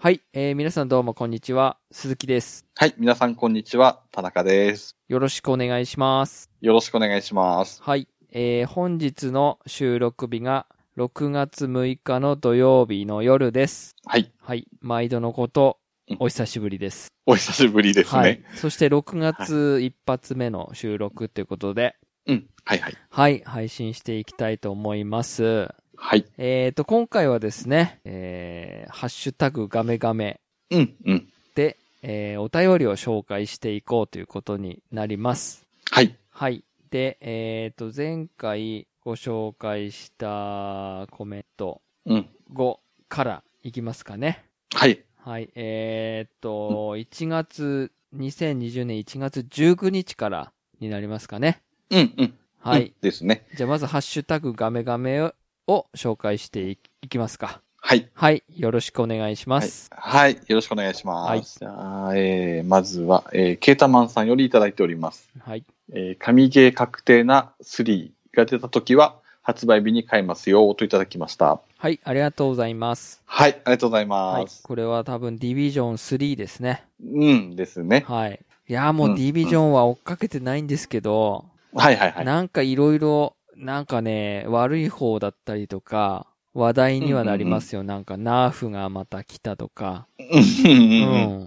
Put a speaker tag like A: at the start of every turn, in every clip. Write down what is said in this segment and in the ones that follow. A: はい、えー皆さんどうもこんにちは。鈴木です。
B: はい、皆さんこんにちは、田中です。
A: よろしくお願いします。
B: よろしくお願いします。
A: はい、えー本日の収録日が6月6日の土曜日の夜です。
B: はい、
A: はい、毎度のこと
B: うん、
A: お久しぶりです。
B: お久しぶりですね。
A: はい。そして6月一発目の収録ということで、
B: うん、はいはい。
A: はい、配信していきたいと思います。
B: はい、
A: えーと、今回はですね、えーハッシュタグガメガメ
B: うん、うん。
A: で、えーお便りを紹介していこうということになります。
B: はい、
A: はい。で、えっ、と、前回ご紹介したコメント
B: うん。
A: 5からいきますかね。
B: はい、
A: はい。えっ、と、1月、2020年1月19日からになりますかね。
B: うん、うん。
A: はい。
B: うんですね。
A: じゃあまず、ハッシュタグガメガメを紹介していきいきますか。
B: はい。
A: はい。よろしくお願いしま
B: はい
A: す。、
B: はいよろしくお願いします。はい、えー、まずは、えー、ケータマンさんよりいただいております。
A: はい。
B: えー、神ゲー確定な3が出た時は、発売日に買いますよ、といただきました。
A: はい。ありがとうございます。
B: はい、ありがとうござい
A: はい
B: ます。。
A: これは多分、ディビジョン3ですね。
B: うんですね。
A: はい。いやーもううんディビジョンは追っかけてないんですけど、
B: はいはいはい。
A: なんかいろいろ、なんかね、悪い方だったりとか、話題にはなりますよ。なんか、ナーフがまた来たとか、
B: うんう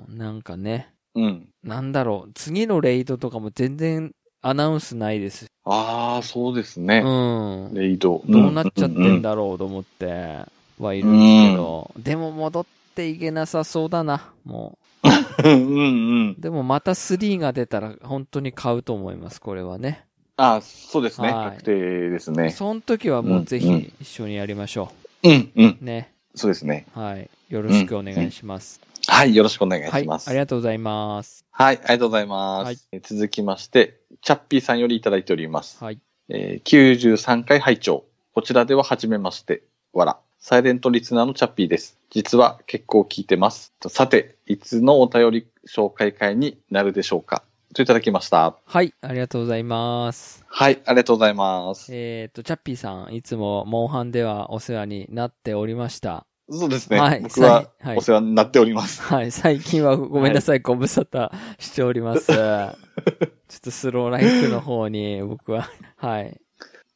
A: うんん、なんかね、
B: うん。うん。
A: なんだろう、次のレイドとかも全然アナウンスないですし。
B: ああ、そうです
A: う
B: ね。
A: ん。
B: レイド。
A: どうなっちゃってん
B: だ。
A: だろうと思ってはいるんですけど、でも戻っていけなさそうだな、も
B: うんうんうん。
A: う。でもまた3が出たら本当に買うと思います、これはね。
B: ああ、そうですね。
A: はい
B: 確定ですね。
A: その時はもうぜ
B: うんう
A: ひ
B: ん
A: 一緒にやりましょ
B: うんうん。
A: う。ね。
B: そうですね。
A: はい。よろしくお願いします。
B: はい、よろしくお願い
A: は
B: し
A: い。
B: ま
A: あ
B: す。
A: り
B: はい、
A: がとうございます。
B: ありがとうございます。
A: はい
B: え続きまして、チャッピーさんよりいただいております。
A: はい。
B: えー、93回拝聴こちらでは初めまして。わら。サイレントリスナーのチャッピーです。実は結構聞いてます。さて、いつのお便り紹介会になるでしょうかといただきました。
A: はい。ありがとうございます。
B: はい、ありがとうございます。
A: えっ、と、チャッピーさん、いつもモンハンではお世話になっておりました。
B: そうですね。
A: はい
B: 僕
A: さ
B: は
A: いはい
B: お世話になっております。
A: はい。最近はごめんなさい。ご無沙汰しており ます。ちょっとスローライフの方に僕は、はい。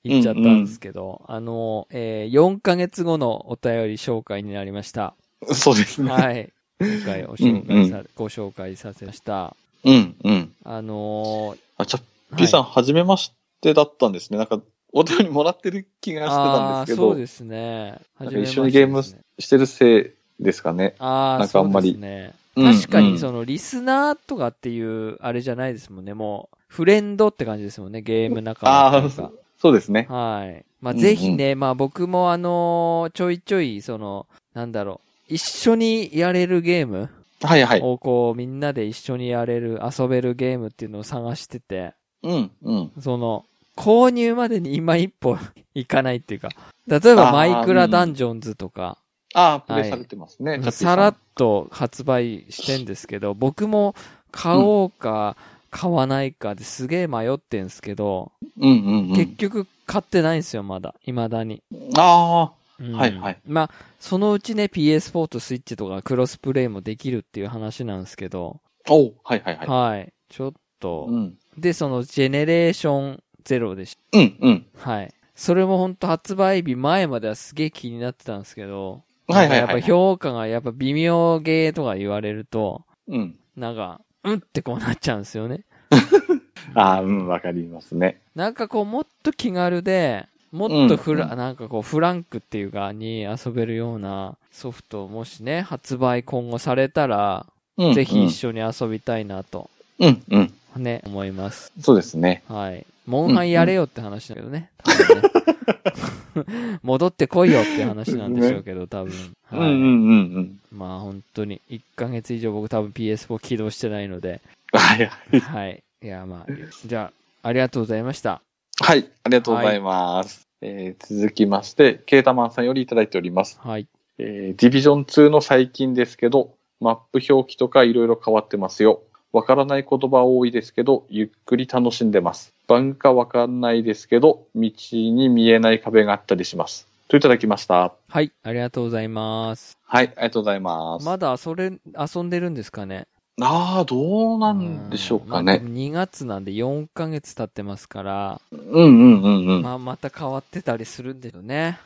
A: 行っちゃったんですけど、あの、えー、4ヶ月後のお便り紹介になりました。
B: そうですね。
A: はい。今回お紹介さ、
B: う
A: ご紹介させました。
B: うん、うん。
A: あの
B: あ、チャッ
A: ー、
B: ピーさん、
A: はい、
B: はじめましてだったんですね。なんか、お便りもらってる気がしてた
A: あ
B: ん
A: あ
B: ですけ
A: そう
B: ど、
A: ですね。
B: なんか一緒にゲーム
A: 初めましてですね
B: してるせいですかね。
A: ああ、
B: なんかあんまり
A: そうですね。
B: うん
A: 確か
B: う
A: に、
B: ん
A: その、リスナーとかっていう、あれじゃないですもんね。もう、フレンドって感じですもんね、ゲーム仲間という
B: あ
A: か。
B: そうですね。
A: はい。まあ、
B: うんうん
A: ぜひね、まあ僕もあのーちょいちょい、その、なんだろう、一緒にやれるゲーム
B: はいはい。
A: をこう、みんなで一緒にやれる、遊べるゲームっていうのを探してて、
B: うん、うん。
A: その、購入までに今一歩 いかないっていうか、例えば
B: あー
A: マイクラダンジョンズとか、
B: ああ、プレイされてますね。チャッピー
A: さらっと発売してんですけど、僕も買おうか、買わないかですげえ迷ってんすけど、
B: うん、うん、う
A: 結
B: ん。
A: 局買ってないんですよ、まだ。未だに。
B: あ
A: うん
B: はいはい。
A: まあ、そのうちね、PS4 とスイッチとかクロスプレイもできるっていう話なんですけど、
B: あ、おうはいはいはい。
A: はい。ちょっと、
B: うん、
A: で、その、ジェネレーションゼロでし
B: うん、うん。
A: はい。それも本当発売日前まではすげえ気になってたんですけど、
B: はいはいはい
A: やっぱ評価がやっぱ微妙ゲーとか言われると、
B: うん。
A: なんか、うんってこうなっちゃうんですよね。
B: ああ、うん、わかりますね。
A: なんかこう、もっと気軽で、もっとフラ、
B: うんう
A: なんかこう、フランクっていうか、に遊べるようなソフト、もしね、発売今後されたら、
B: うん。
A: ぜひ一緒に遊びたいなと、
B: うん、うん。
A: ね、思います。
B: そうですね。
A: はい。モンハンやれよって話だけどね。多分ね 戻ってこいよって話なんでしょう けど、多分。
B: うん、
A: は
B: う
A: い。
B: ん、うん、うん。
A: まあ本当に、1ヶ月以上僕多分 PS4 起動してないの で。
B: はいはい。
A: はい。いや、まあ、じゃあ、ありがとうございました。
B: はい、ありがとうございます。えー続きまして、ケータマンさんよりいただいております。
A: はい。
B: えーディビジョン2の最近ですけど、マップ表記とかいろいろ変わってますよ。わからない言葉多いですけど、ゆっくり楽しんでます。番かわかんないですけど、道に見えない壁があったりします。といただきました。
A: はい、ありがとうございます。
B: はい、ありがとうございます。
A: まだ、それ、遊んでるんですかね。
B: ああ、どうなんでしょうかね。
A: 2月なんで4ヶ月経ってますから、
B: うんうんうんうん。あ
A: まあ、また変わってたりするんでしょうね。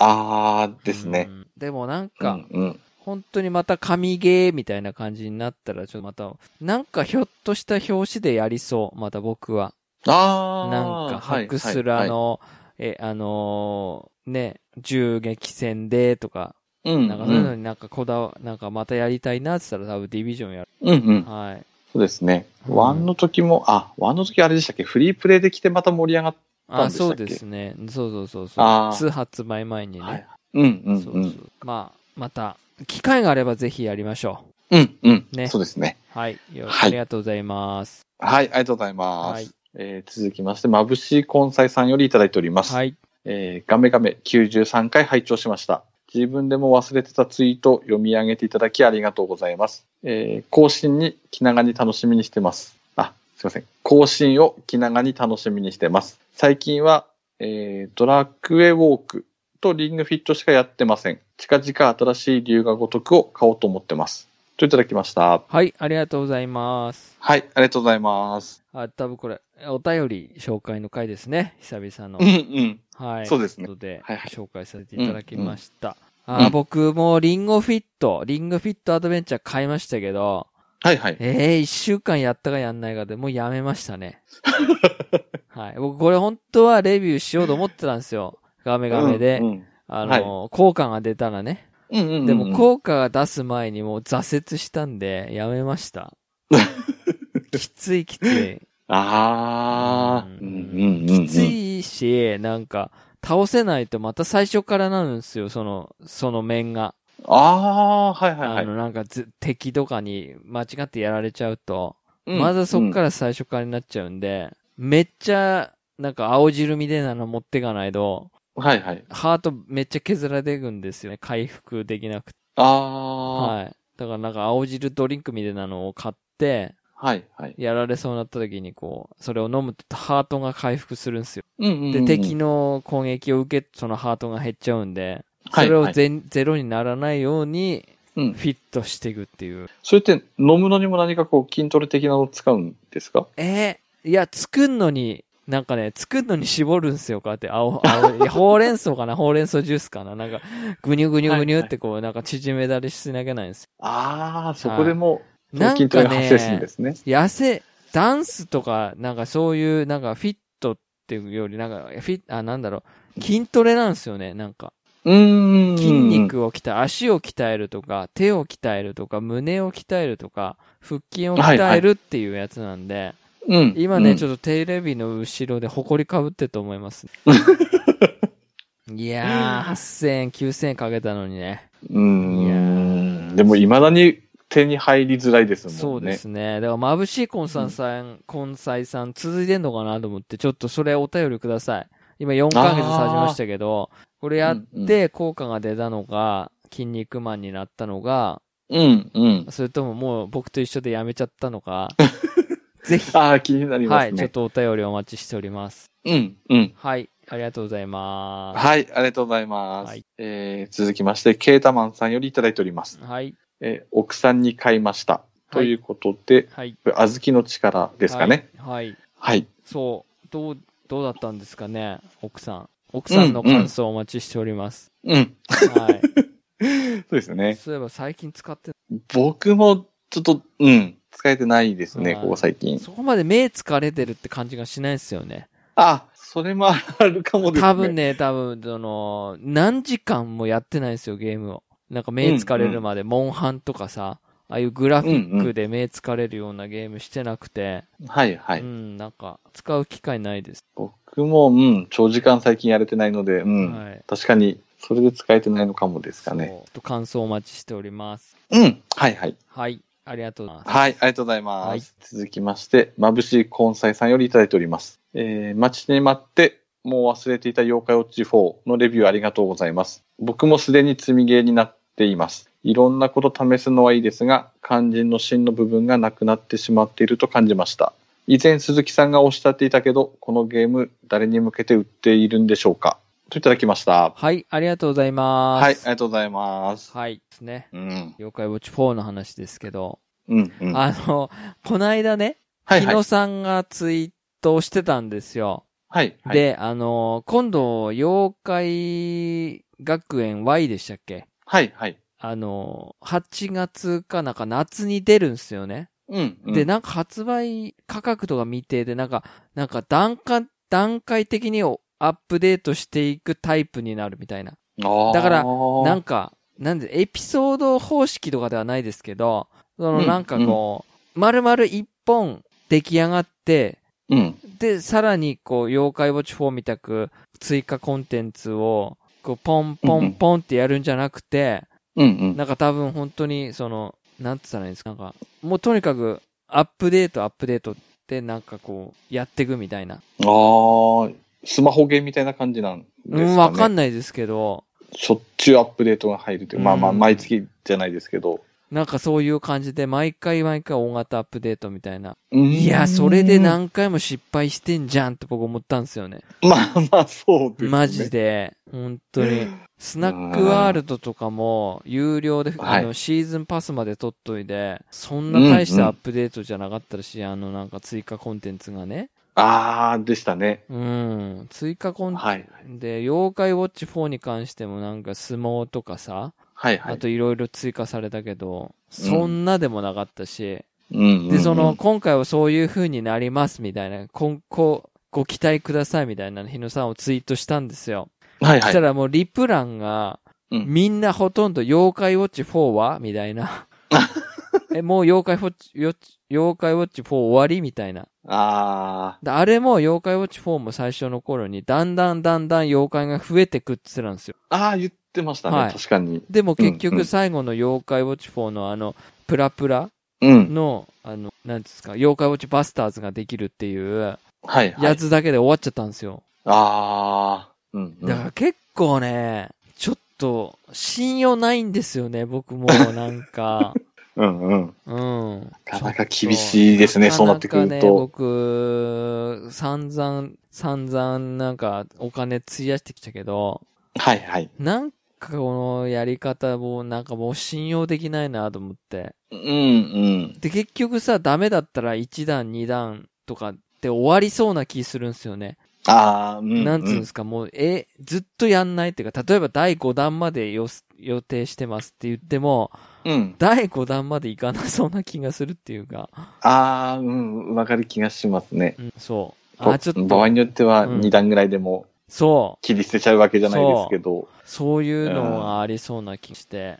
B: あーですね
A: う。ん。でもなん
B: う
A: か、
B: んうん。
A: 本当にまた神ゲーみたいな感じになったら、ちょっとまた、なんかひょっとした表紙でやりそう。また僕は。
B: ああ。
A: なんか、ハクスラの、え、あのーね、銃撃戦でとか、
B: はいはいはい、
A: なんか
B: う
A: そういうの
B: ん
A: になんかこだわ、なんかまたやりたいなって言ったら多分ディビジョンやる。
B: うん。うんうん。
A: はい。
B: そうですね。
A: うん
B: ワンの時も、あ、ワンの時あれでしたっけフリープレイで来てまた盛り上がっなん
A: あ、
B: でした
A: そ
B: っ
A: う
B: け
A: ですね。そうそうそうそう。
B: あー
A: 2発前前に
B: て、
A: ね。
B: うんうん
A: そう
B: う
A: そ
B: ん。
A: う。まあ、また、機会があればぜひやりましょう。
B: うんうん、
A: ね
B: そうですね。
A: はい。よ
B: は
A: あ
B: い
A: りがとうございます。
B: はい、ありがとうございます。
A: はい
B: えー続きまして、まぶしい根菜さんよりいただいております。
A: はい。
B: えーガメガメ93回拝聴しました。自分でも忘れてたツイートを読み上げていただきありがとうございます。えー更新に気長に楽しみにしてます。あ、すいません。更新を気長に楽しみにしてます。最近は、えードラクエウォークとリングフィットしかやってません。近々新しい龍が如くを買おうと思ってます。といただきました。
A: はい。ありがとうございます。
B: はい、ありがとうございます。
A: あ、多分これ、お便り紹介の回ですね。久々の
B: うん。うん。
A: はい。
B: そうですね
A: ということで、
B: はいはい
A: 紹介させていただきました。
B: ん
A: あー
B: うん
A: 僕もリンゴフィット、リンゴフィットアドベンチャー買いましたけど、
B: はいはい。
A: ええー、一週間やったかやんないかでもうやめましたね。 はい。僕これ本当はレビューしようと思ってたんですよ。ガメガメで。
B: うん
A: あの、
B: はい
A: 効果が出たらね。
B: うん。うんうんうん
A: でも効果が出す前にもう挫折したんで、やめま した。きついきつい。
B: ああ、
A: う
B: うんんうんうんうん。
A: きついし、なんか、倒せないとまた最初からなるんですよ、その、その面が。
B: ああ、はいは
A: あ
B: いは
A: の、
B: い。
A: なんかず、敵とかに間違ってやられちゃうと、
B: うん
A: まずそっか
B: うん
A: ら最初からになっちゃうんで、めっちゃ、なんか青汁みたいなの持ってかないと、
B: はいはい。
A: ハートめっちゃ削られていくんですよね、回復できなくて。
B: あ
A: はい。だからなんか青汁ドリンクみたいなのを買って、
B: あ、はいはい。
A: やられそうになった時にこう、それを飲むとハートが回復するんですよ
B: うんうんうん
A: で、敵の攻撃を受け、そのハートが減っちゃうんで、それ
B: は
A: を
B: いはい
A: ゼンゼロにならないように
B: うん
A: フィットしていくっていう。
B: それって飲むのにも何かこう筋トレ的なのを使うんですか
A: えーいや、作んのに、なんかね、作んのに絞るんすよ、こうやって。青、青いや、ほうれん草かなほうれん草ジュースかななんか、ぐにゅぐにゅぐにゅってこう、なんか縮めたりしなきゃないんです
B: ああ、そこでもう
A: よ。なん
B: 筋ト
A: か
B: レが発生するん
A: ね
B: で、すね。
A: 痩せ、ダンスとか、なんかそういう、なんかフィットっていうより、なんか、フィッ、あ、なんだろう、筋トレなんですよね、なんか。
B: うーん。
A: 筋。肉を鍛え、足を鍛えるとか、手を鍛えるとか、胸を鍛えるとか、腹筋を鍛えるっていうやつなんで、
B: うん。
A: 今ね、ち
B: ょっ
A: ょっとテレビの後ろで埃かぶってると思います。 いやー、8000円、9000円かけたのにね。
B: と。うーん。でも未だに手に入りづらいですもんね。
A: そうで。すね。だから、眩しいコンサンさん、コンサイさん続いてんのかなと思って、ちょっとそれお便りください。今4ヶ月経ちましたけど、これやって効果が出たのか、筋肉マンになったのが、
B: うんうん。
A: それとももう僕と一緒でやめちゃったのか、ぜひ、
B: ああ、気になりま
A: はい、
B: す
A: ちょっ
B: ね。
A: とお便りお待ちしております。
B: うんうん。
A: はい、ありがとうございま
B: はい、ありがとうございます。
A: はい
B: えー続きまして、ケータマンさんよりいただいております
A: す。。はい、
B: えー奥さんに買いました。
A: い
B: ということで、
A: はい。
B: 小豆の力ですかね。
A: はい。はい。
B: はい。
A: そう、どう、どうだったんですかね、奥さん。奥さんの感想をお待ちしております。
B: うん。
A: は
B: そうです
A: い。
B: ね。
A: そういえば最近使って、
B: 僕も、ちょっと、うん、使えてないですね、
A: はい
B: ここ最近。
A: そこまで目疲れてるって感じがしないですよね。
B: あ、それもあるかもですね。
A: 多分ね、多分、その、何時間もやってないですよ、ゲームを。なんか目疲れるまで、モンハンとかさ、ああいうグラフィックで目疲れるようなゲームしてなくて、
B: はい、はい。
A: うん、なんか、使う機会ないです。
B: 僕も、うん、長時間最近やれてないので、うん。
A: はい。
B: 確かに、それで使えてないのかもですか
A: そ
B: ね。
A: うちょっと感想お待ちしております。
B: うん。はい、はい。
A: はい。ありがとうございます。
B: はい、ありがとうございます。続きまして、まぶしい根菜さんよりいただいております。えー、待ちに待って、もう忘れていた妖怪ウォッチ4のレビューありがとうございます。僕もすでに積みゲーになっています。いろんなこと試すのはいいですが、肝心の芯の部分がなくなってしまっていると感じました。以前鈴木さんがおっしゃっていたけど、このゲーム誰に向けて売っているんでしょうかといただきました。
A: はい、ありがとうございます。
B: はい、ありがとうございます。
A: はい、ですね。
B: うん。
A: 妖怪ウォッチ4の話ですけど、
B: うん、うん。は
A: あの、こないだね、
B: い、
A: 日
B: はい
A: 野。さんがツイートをしてたんですよ。
B: はい、はい。
A: で、あの、今度、妖怪学園 Y でしたっけ
B: はい、はい。
A: あの、8月かなんか夏に出るんですよね。
B: うん、うん。
A: で、なんか発売価格とか未定で、なんか、なんか段階、段階的におアップデートしていくタイプになるみたいな。
B: あー
A: だからな
B: は
A: んか、なんで、エピソード方式とかではないですけど、その
B: うん
A: なんかこう、丸々一本出来上がって、
B: うん。
A: で、さらにこう、妖怪ウォッチ4みたく追加コンテンツを、こう、ポンポンポンってやるんじゃなくて、
B: うん、
A: なんか多分本当に、その、なんつったらいいんですか、なんか、もうとにかく、アップデート、アップデートって、なんかこう、やっていくみたいな。
B: うん。ああ、スマホゲーみたいな感じなんですか
A: う
B: ね。
A: ん、わかん
B: ない。
A: ないですけど、
B: しょっちゅうアップデートが入るという。まあまあ、
A: うん
B: 毎月じゃないですけど。
A: なんかそういう感じで、毎回毎回大型アップデートみたいな。
B: い
A: いや、それで
B: ん
A: 何回も失敗してんじゃんって僕思ったんですよね。
B: まあまあ、そうですね。
A: マジで。本当に。スナックワールドとかも、有料で、
B: は
A: あ
B: い
A: の、シーズンパスまで取っといて、そんな大したアップデートじゃなかったし、あの、なんか追加コンテンツがね。
B: ああ、でしたね。
A: うん。追加コンテンツ。
B: はい。
A: で、妖怪ウォッチ4に関してもなんか相撲とかさ、
B: はいは
A: あ
B: い。
A: といろいろ追加されたけど、そんなでもなかったし、
B: うんうんうん
A: で、その、、今回はそういう風になりますみたいな、今後、ご期待くださいみたいな日野さんをツイートしたんですよ。
B: はい
A: そし
B: は
A: た
B: い。
A: らもうリプランが、
B: うん
A: みんなほとんど妖怪ウォッチ4はみたいな。 え、もう妖怪ウォッチ、よ妖怪ウォッチ4終わりみたいな。
B: ああ、
A: であれも妖怪ウォッチ4も最初の頃に、だんだんだんだん妖怪が増えてくって言ってたんですよ。
B: ああ、言ってましたね。
A: はい
B: 確かに。
A: でも結
B: うんう
A: 局
B: ん
A: 最後の妖怪ウォッチ4のあの、プラプラ
B: うん。
A: の、あの、なんですか、妖怪ウォッチバスターズができるっていう、
B: はいは
A: や
B: い。
A: つだけで終わっちゃったんですよ。
B: ああ、うんうん。
A: だから結構ね、ちょっと信用ないんですよね、僕もなん か。
B: うんうん。
A: うん。
B: なかなか厳しいですね、
A: ち
B: そ
A: ょ
B: うな
A: っ
B: って
A: と
B: く
A: な
B: る
A: かなかね、
B: と。
A: 僕、散々、散々なんかお金費やしてきたけど、
B: はいはい。
A: なんかこのやり方もなんかもう信用できないなと思って。
B: うんうん。
A: で、結局さ、ダメだったら1段、2段とかって終わりそうな気するんですよね。
B: ああ、うん。
A: なんつうんですか、もう、え、ずっとやんないっていうか、例えば第5弾までよす予定してますって言っても、
B: うん。
A: 第5弾までいかなそうな気がするっていうか、
B: ああ、うん。わかる気がしますね。
A: うん、そう。あ、ちょっ
B: 場合
A: と、
B: によっては
A: うん
B: 2段ぐらいでも
A: そ
B: 切り捨てちゃうわけじゃないですけど
A: う。、そういうのがありそうな気して、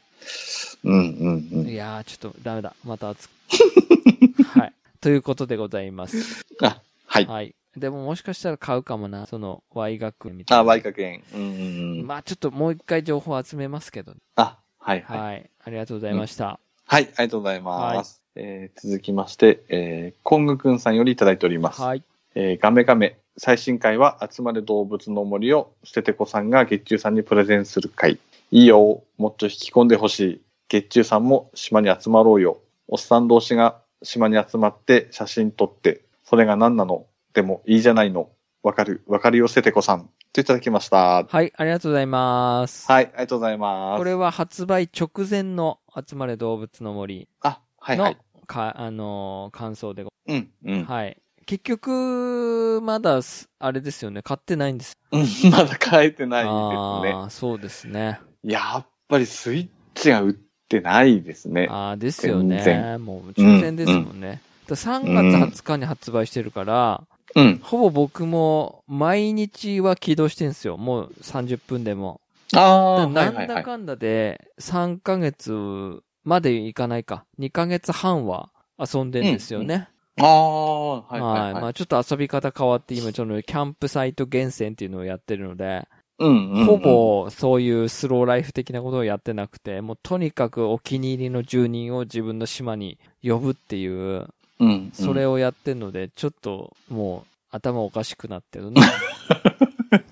B: うんうんう
A: い
B: ん。
A: やー、ちょっとダメだ。また 熱く。はい。ということでございます。
B: あ、はい。
A: はい。でももしかしたら買うかもな、その、Y 学みたいな。
B: あ、Y 加減。うんうんうん。
A: まあちょっともう一回情報集めますけど、
B: あ、はいはい。
A: はい。ありがとうございました。
B: はい、ありがとうございます。えー続きまして、えー、コングくんさんよりいただいております。
A: はい。
B: えーガメガメ、最新回は集まる動物の森をステテコさんが月中さんにプレゼンする回。いいよ、もっと引き込んでほしい。月中さんも島に集まろうよ。おっさん同士が島に集まって写真撮って、それが何なのでもいいじゃないの。わかる、わかるよ、ステテコさん。といただきました。はい、
A: はい、ありがとうございます。
B: ありがとうございます。
A: これは発売直前の集まれ動物の森
B: あ、はい、は
A: の
B: い。
A: か、あのー感想でご、
B: うん、うん。
A: はい。結局、まだす、あれですよね、買ってないんです。
B: うん まだ変えてないですね。
A: ああ、そうですね。
B: やっぱりスイッチが売ってないですね。
A: ああ、ですよ
B: 全
A: ね。
B: 然
A: もう直前ですもんね。だ3月20日に発売してるから、
B: うん。
A: ほぼ僕も毎日は起動してんすよ。もう30分でも。
B: あ
A: だ
B: あー、は
A: ない
B: は
A: ん
B: い
A: だ
B: はい。
A: かんだで、3ヶ月までいかないか、2ヶ月半は遊んでんですよね。
B: ああ、は
A: はい
B: いはい
A: ま
B: はい。
A: あちょっと遊び方変わって、今ちょっとキャンプサイト厳選っていうのをやってるので、
B: うんうんうん
A: ほ。ぼそういうスローライフ的なことをやってなくて、もうとにかくお気に入りの住人を自分の島に呼ぶっていう、
B: うんうん、
A: それをやってんので、ちょっともう頭おかしくなって るね。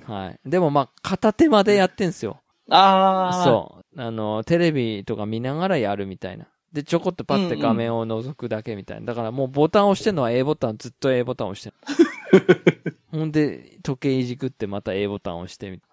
A: はい。でもまあ片手間でやってんすよ。
B: ああ、
A: そう。あの、テレビとか見ながらやるみたいな。で、ちょこっとパッて画面を覗くだけみたいな。だからもうボタン押してんのは A ボタン、ずっと A ボタン押してる。 ほんで、時計いじくってまた A ボタンを押してみた。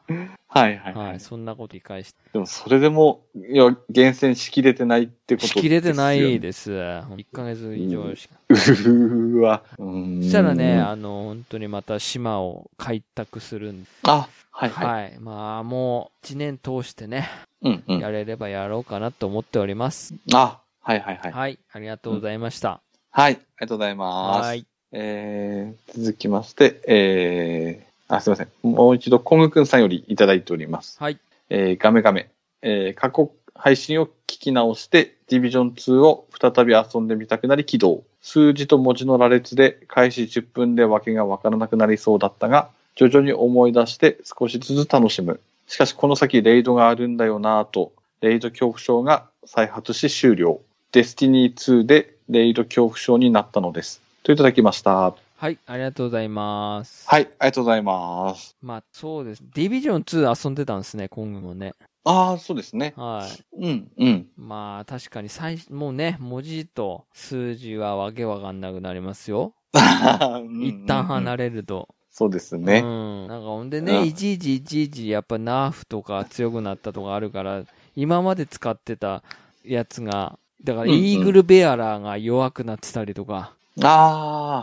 B: はいはい、はい、
A: はい、そんなこと繰り返して。
B: でもそれでも、いや、厳選しきれてないってこと
A: しきれてない
B: で
A: です。1ヶ月以上しか。
B: すよね。うーわ。うーん
A: そしたらね、あの、本当にまた島を開拓するんで
B: あ、はいはい。
A: はい、まあ、もう、1年通してね、
B: うんうん。
A: やれればやろうかなと思っております。
B: あ、はいはいはい。はい、
A: はい、ありがとうございました。
B: ありがとうございます。
A: はい。
B: えー、続きまして、えー、あ、すいません。もう一度、コムくんさんよりいただいております。
A: はい。
B: えー、ガメガメ。えー、過去配信を聞き直して、ディビジョン2を再び遊んでみたくなり起動。数字と文字の羅列で、開始10分で訳がわからなくなりそうだったが、徐々に思い出して少しずつ楽しむ。しかしこの先レイドがあるんだよなぁと、レイド恐怖症が再発し終了。デスティニー2でレイド恐怖症になったのです。といただきました。
A: はい、ありがとうございます。
B: はい、ありがとうございます。
A: まあ、そうです。ディビジョン2遊んでたんですね、今後もね。
B: ああ、そうですね。
A: はい。
B: うん、うん。
A: まあ、確かに最、もうね、文字と数字はわけわかんなくなりますよ。 一旦離
B: れ。
A: れると。
B: そうですね
A: う。ん。なんかほんで
B: う
A: ね、
B: ん
A: いちいちいちいち、やっぱナーフとか強くなったとかあるから、今まで使ってたやつが、だから
B: うんうん
A: イーグルベアラーが弱くなってたりとか、
B: あ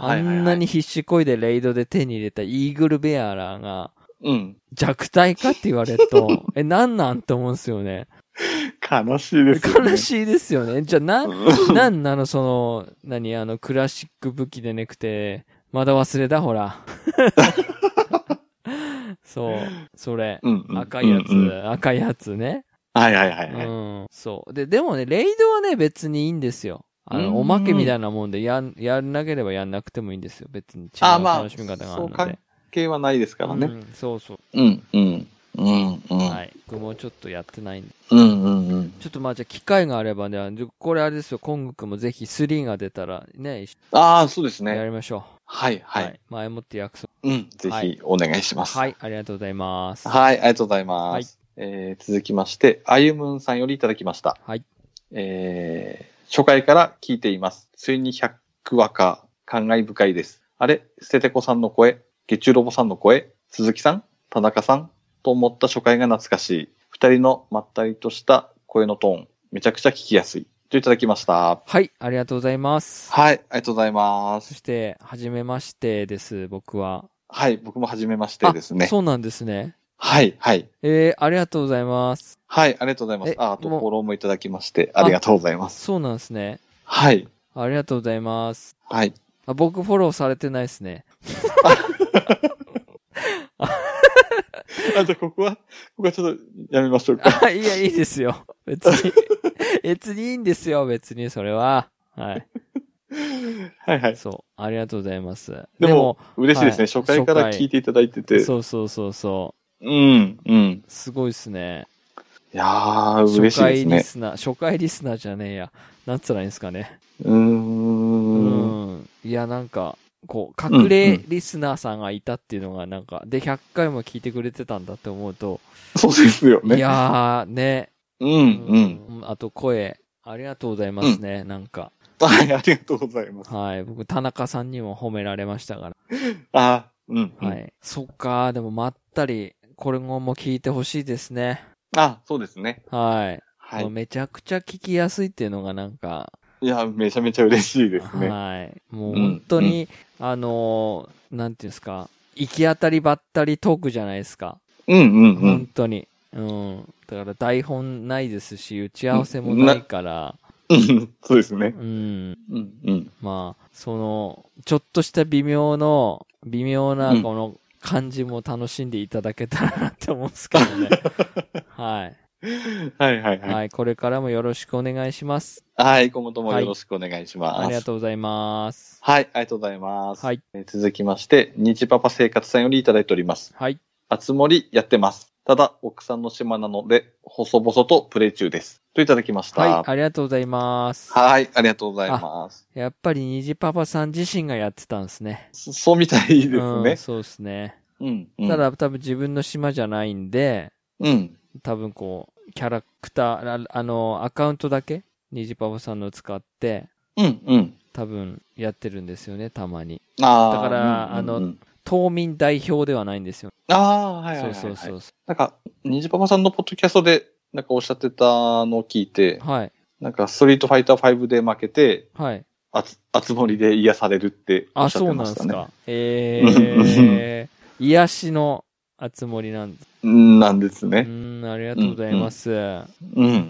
B: あ、
A: あ
B: はいはいはい
A: んなに、必死こいでレイドで手に入れたイーグルベアラーが
B: うん。
A: 弱体化って言われる と、え、なんなんって思うんですよね。
B: 悲しいですよね。
A: 悲しいですよね。じゃあ、な、
B: うん
A: なんなの、その、何、あの、クラシック武器でなくて、まだ忘れた、ほ ら。そう、それ。
B: うんうん
A: 赤いや
B: うんうん
A: つ、赤いやつね。
B: はいはいは
A: う
B: いはい。
A: ん。そう。で、でもね、レイドはね、別にいいんですよ。あ
B: うん
A: の、おまけみたいなもんで、やん、やんなければやんなくてもいいんですよ。別に違う
B: あまあ
A: 楽しみ方があるので。
B: そう関系はないですからね。
A: うんそうそう。
B: うん、うん、うん、うん。
A: はい。僕もちょっとやってないんで。
B: うん、うん、うん。
A: ちょっとまあじゃあ機会があればね、じゃあこれあれですよ、コング君もぜひ3が出たらね、一緒
B: ああ、そうです
A: にや
B: ね。
A: りましょう。
B: はい、はい。。
A: 前もって約束。
B: うん、ぜ
A: はい
B: ひお願いします。
A: はい、ありがとうございます。
B: はい、ありがとうございます。えー続きまして、あゆむんさんよりいただきました。
A: はい
B: えー初回から聞いています。ついに100話か、感慨深いです。あれ、捨ててこさんの声、月中ロボさんの声、鈴木さん、田中さんと思った初回が懐かしい。二人のまったりとした声のトーン、めちゃくちゃ聞きやすい。といただきました。
A: はい、ありがとうございます。
B: はい、ありがとうございま
A: そ
B: す
A: し。て、はじめましてです、僕は。
B: はい、僕も初めましてですね。
A: そうなんですね。
B: はい、はい。
A: えー、ありがとうございます。
B: はい、ありがとうございます
A: え。
B: あ、あとフ
A: もう
B: ォローもいただきまして、ありがとうございます。
A: そうなんですね。
B: はい。
A: ありがとうございます。
B: はい。
A: あ僕フォローされてないですね。
B: あ、じゃあここは、ここはちょっとやめましょうか。
A: あ、いや、いいですよ。別 に。別にいいんですよ、別に、それは。はい。
B: はいはい。
A: そう。ありがとうございます。
B: でも、嬉しいですね。
A: はい
B: 初回から
A: 初回
B: 聞いていただい
A: で
B: て
A: も
B: て。
A: そうそうそうそう。
B: うん、うん。
A: すごいですね。
B: いやー、嬉しいで
A: 初
B: す
A: 回リ
B: ね。
A: スナー、初回リスナーじゃねえや。なんつらいいんですかね。
B: うー。
A: うんん。いや、なんか、こう、隠れリスナーさんがいたっていうのが、なんか、で、100回も聞いてくれてたんだって思うと、
B: そうですよ
A: い
B: ね。
A: やー、ね。
B: うん、
A: う
B: うん。。
A: あと、声、ありがとうございますね、なんか。
B: はい、ありがとうございます。
A: はい。僕、田中さんにも褒められましたから。
B: あーうん。
A: は。い。そっかー、でも、まったり、これも聞いてほしいですね。
B: あ、そうですね。
A: はい。ま
B: は
A: あ
B: い。
A: めちゃくちゃ聞きやすいっていうのが、なんか、
B: いや、めちゃめちゃ嬉しいですね。
A: はい。もう
B: うん
A: 本当に、あのーなんていうんですか、行き当たりばったりトークじゃないですか。
B: うん、うん、う
A: 本
B: ん。
A: 当に。うん。だから台本ないですし、打ち合わせもないから、
B: うん、そうですね。
A: うん。
B: うん、うん。
A: まあ、その、ちょっとした微妙の、微妙
B: う
A: なんこの感じも楽しんでいただけたらなって思うんですけど ね。はい。
B: はい、はい、はい。
A: はい。これからもよろしくお願いします。
B: はい、今後ともよろしくお願いします。
A: ありがとうございます。
B: はい、ありがとうございます。
A: はい。
B: えー続きまして、日パパ生活さんよりいただいております。
A: はい。
B: あつ森やってます。ただ、奥さんの島なので、細々とプレイ中です。といただきました。
A: はい。
B: はい、
A: ありがとうございます。
B: ありがとうございます。
A: やっぱり虹パパさん自身がやってたんですね。
B: そそうみたいで
A: うん、
B: す
A: そうですね。
B: ね。うん。うん
A: た、だ多分自分の島じゃないんで、
B: うん。
A: 多分こう、キャラクター、ああの、アカウントだけ虹パパさんの使って、
B: うん、うん。
A: 多分やってるんですよね、たまに。
B: ああ。
A: だから
B: うんうんうん
A: 島民代表ではないんですよ。
B: ああ、はいはいはい、はい。
A: そうそうそうそ
B: なんか、にじパパさんのポッドキャストで、なんかおっしゃってたのを聞いて
A: う。、はい。
B: なんか、ストリートファイター5で負けて、
A: はい。
B: あつ、あつ森で癒されるっておっ
A: あ、
B: しゃっ
A: そ
B: て
A: う
B: ま
A: なんで
B: した
A: す
B: ね。
A: か。えー、癒しの集まりなんです。
B: うんなんです
A: う
B: ね。
A: ん、ありがとうございます。
B: うん、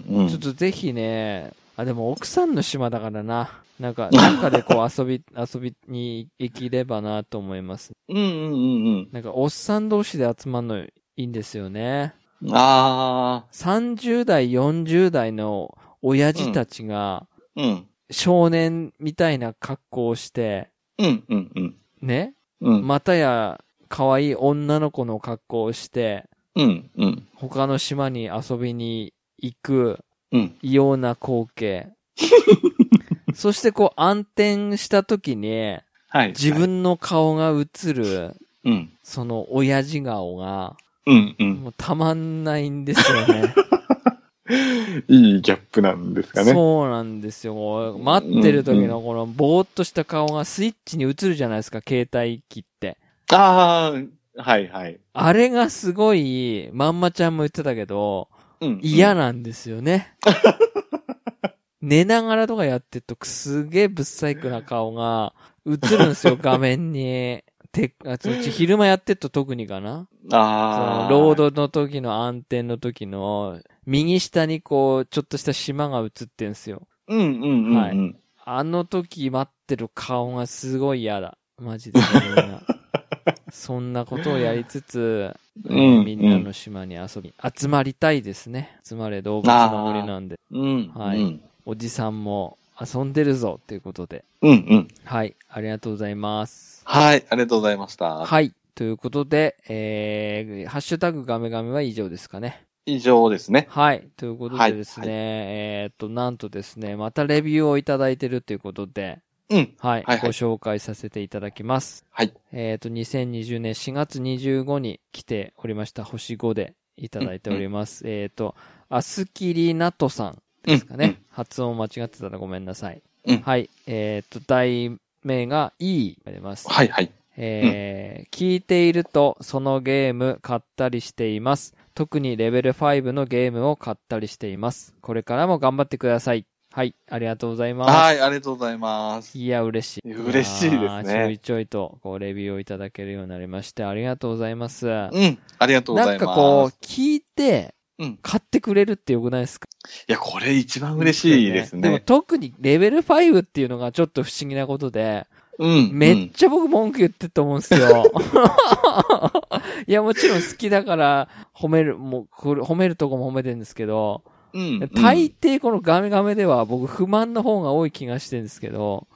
B: うん。
A: ちょっとぜひね、あ、でも奥さんの島だからな。なん か、なんかでこう遊び、遊びに行ければなと思います。
B: うん、うん、うん、
A: なんか、おっさん同士で集まるのいいんですよね。
B: うん。ああ、
A: 30代、40代の親父たちが、
B: うん。
A: 少年みたいな格好をして、
B: うん、うん、うん。
A: ね、
B: うん、
A: またや、可愛い女の子の格好をして、
B: うん、うん、
A: 他の島に遊びに行く
B: うん。
A: 異様な光 景。そしてこう暗転した時に
B: はい。
A: 自
B: はい、
A: 分の顔が映る
B: うん、
A: その親父顔が
B: うん、うん。
A: もうたまんないんですよね。
B: いいギャップ なんですかね。
A: そうなんですよ。待ってる時のこのぼーっとした顔がスイッチに映るじゃないですか、携帯機って。
B: ああ、はい、はい。
A: あれがすごい、まんまちゃんも言ってたけど、
B: うんうん。
A: 嫌なんですよね。寝ながらとかやってると、すげえぶっ細工な顔が映るんですよ、画面に。てあそっち昼間やってると特にかなそ
B: あ
A: の
B: あ。
A: ロードの時の暗転の時の、右下にこう、ちょっとした島が映ってんすよ。
B: うんうんうん、うん。
A: はいあの時待ってる顔がすごい嫌だ。マジで、みんな。そんなことをやりつつ、
B: うん
A: えー
B: うん
A: みんなの島に遊び、集まりたいですね。集まれ動物の森なんで。
B: うん。
A: は
B: はいい。うん
A: おじさんも遊んでるぞということで。
B: うん。
A: はい、ありがとうございます。
B: はい。ありがとうございました。
A: はい、ということで、えー、ハッシュタグガメガメは以上ですかね。
B: 以上ですね。
A: はい、ということ
B: は
A: で
B: い
A: ですね、
B: は
A: えーっと、なんとですね、またレビューをいただいてるということで、
B: うん。
A: はい、
B: はいはい
A: ご紹介させていただきます。
B: はい。
A: えーっと、2020年4月25に来ておりました、星5でいただいております。えーっと、アスキリナトさんですかね。
B: うん
A: 発音間違ってたらごめんなさい。
B: うん
A: はい。えっ、と、題名が E が出ます。
B: はいはい。
A: えー聞いているとそのゲーム買ったりしています。特にレベル5のゲームを買ったりしています。これからも頑張ってください。はい。ありがとうございます。
B: はい。ありがとうございます。
A: いや、嬉しい。
B: 嬉しいですね
A: やーちょいちょいと、こう、レビューをいただけるようになりまして、ありがとうございます。
B: うん。ありがとうござ
A: ないん
B: ます。
A: かこう、聞いて、
B: う、ん。
A: 買ってくれるってよくないですか
B: いや、これ一番嬉しいです
A: でも
B: ね。
A: 特にレベル5っていうのがちょっと不思議なことで、
B: うん。
A: めっちゃ僕文句言ってると思うんですよ。 いや、もちろん好きだから褒める、もう、これ褒めるとこも褒めてるんですけど、
B: うん。うん。
A: 大抵このガメガメでは僕不満の方が多い気がしてるんですけ ど、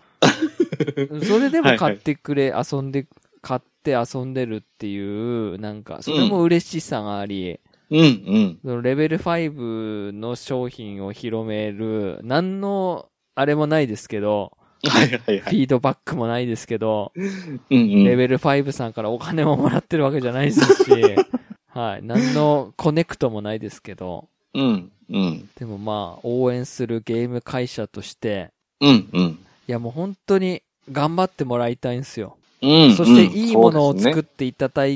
A: それでも買ってくれ、遊んで、買って遊んでるっていう、なんか、それも嬉しさがあり、
B: うん。うん。
A: そのレベル5の商品を広める、何のあれもないですけど、
B: はいはい
A: フ
B: はい。
A: ィードバックもないですけど、
B: うんうん。
A: レベル5さんからお金ももらってるわけじゃないですし、 はい、何のコネクトもないですけど、
B: うん。うん。
A: でもまあ、応援するゲーム会社として、
B: うん。うん。
A: いやもう本当に頑張ってもらいたいんですよ。
B: うん。
A: そしていいものを
B: そう
A: 作
B: で
A: っていただ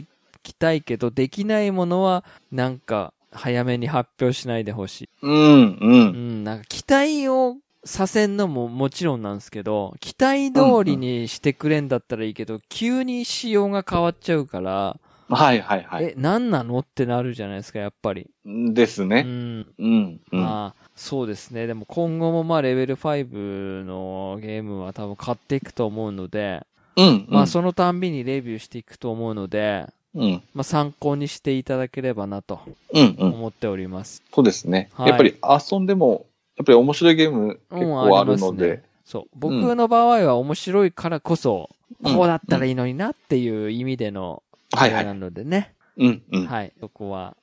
A: きたいけど、できないものはなんか早めに発表しないでほしい。
B: すねうん。う。
A: うんん、なんか期待をさせんのももちろんなんですけど、期待通りにしてくれんだったらいいけど、急に仕様が変わっちゃうから、
B: はいはいはい。
A: え、何なのってなるじゃないですか、やっぱり。
B: です
A: う
B: ね。
A: ん。
B: うん。うん。
A: まあ、そうですね。でも今後もまあ、レベル5のゲームは多分買っていくと思うので、
B: うん。
A: まあ、そのたんびにレビューしていくと思うので、
B: うん。
A: まあ、参考にしていただければなと
B: うん。うん。
A: 思っております。
B: そうですね。
A: はい
B: やっぱり遊んでも、やっぱり面白いゲーム
A: うん
B: 結構あるの
A: ります
B: で
A: ね。そう。僕の場合は面白いからこそ、
B: うん
A: こうだったらいいのになっていう意味での、
B: はいは。
A: ないのでね。
B: うんうん。
A: はい。そこは、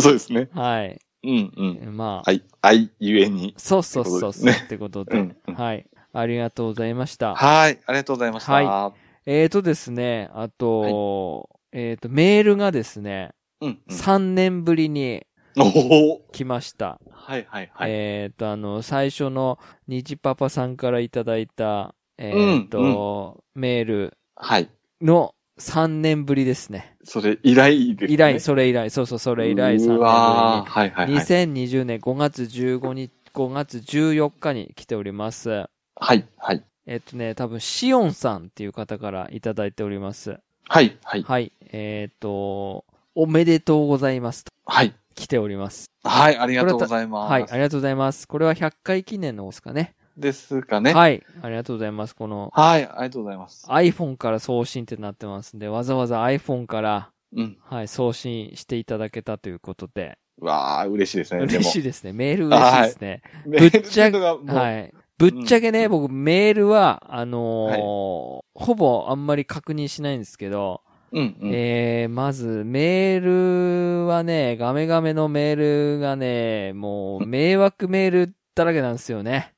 B: そうですね。
A: はい。
B: うんうん。
A: まあ、
B: はい。愛ゆえに。
A: そうそうそうそう。ってこと
B: う
A: で
B: んう、ん
A: はい。ありがとうございました。
B: はい。ありがとうございました。
A: はえーとですね、あと、えーと、メールがですね、
B: うんうん。
A: 3年ぶりに
B: おお
A: 来ました。
B: はいはいはい。
A: えーっと、あの、最初の虹パパさんからいただいた、えーっと、メール
B: はい。
A: の3年ぶりですね。
B: それ以来ですね。
A: 以来、それ以来、そうそう、それ以来3年ぶり
B: う
A: に。
B: わーはいはいはい。
A: 2020年5月15日、5月14日に来ております。
B: はいはい。
A: えっとね、多分、シオンさんっていう方からいただいております。
B: はいはい。
A: はい。えっと、おめでとうございますと
B: はい。
A: 来ております。
B: はい、ありがとうございます。
A: はい。ありがとうございます。これは100回記念のですかね。
B: ですかね。はい。
A: はい。ありがとうございます。この
B: ありがとうございます。
A: iPhone から送信ってなってますんで、わざわざ iPhone から、
B: うん。
A: はい、送信していただけたということで、
B: うわあ、嬉しいですね。
A: 嬉しい
B: い。
A: ですね。メール嬉しいですね。
B: ぶ
A: ぶっちゃけ
B: がもう、
A: はい。ぶっちゃけね、
B: うん
A: 僕メールは、あのーほぼあんまり確認しないんですけど、
B: うんうん。
A: えー、まずメールはね、ガメガメのメールがね、もう迷惑メールだらけなんですよ ね。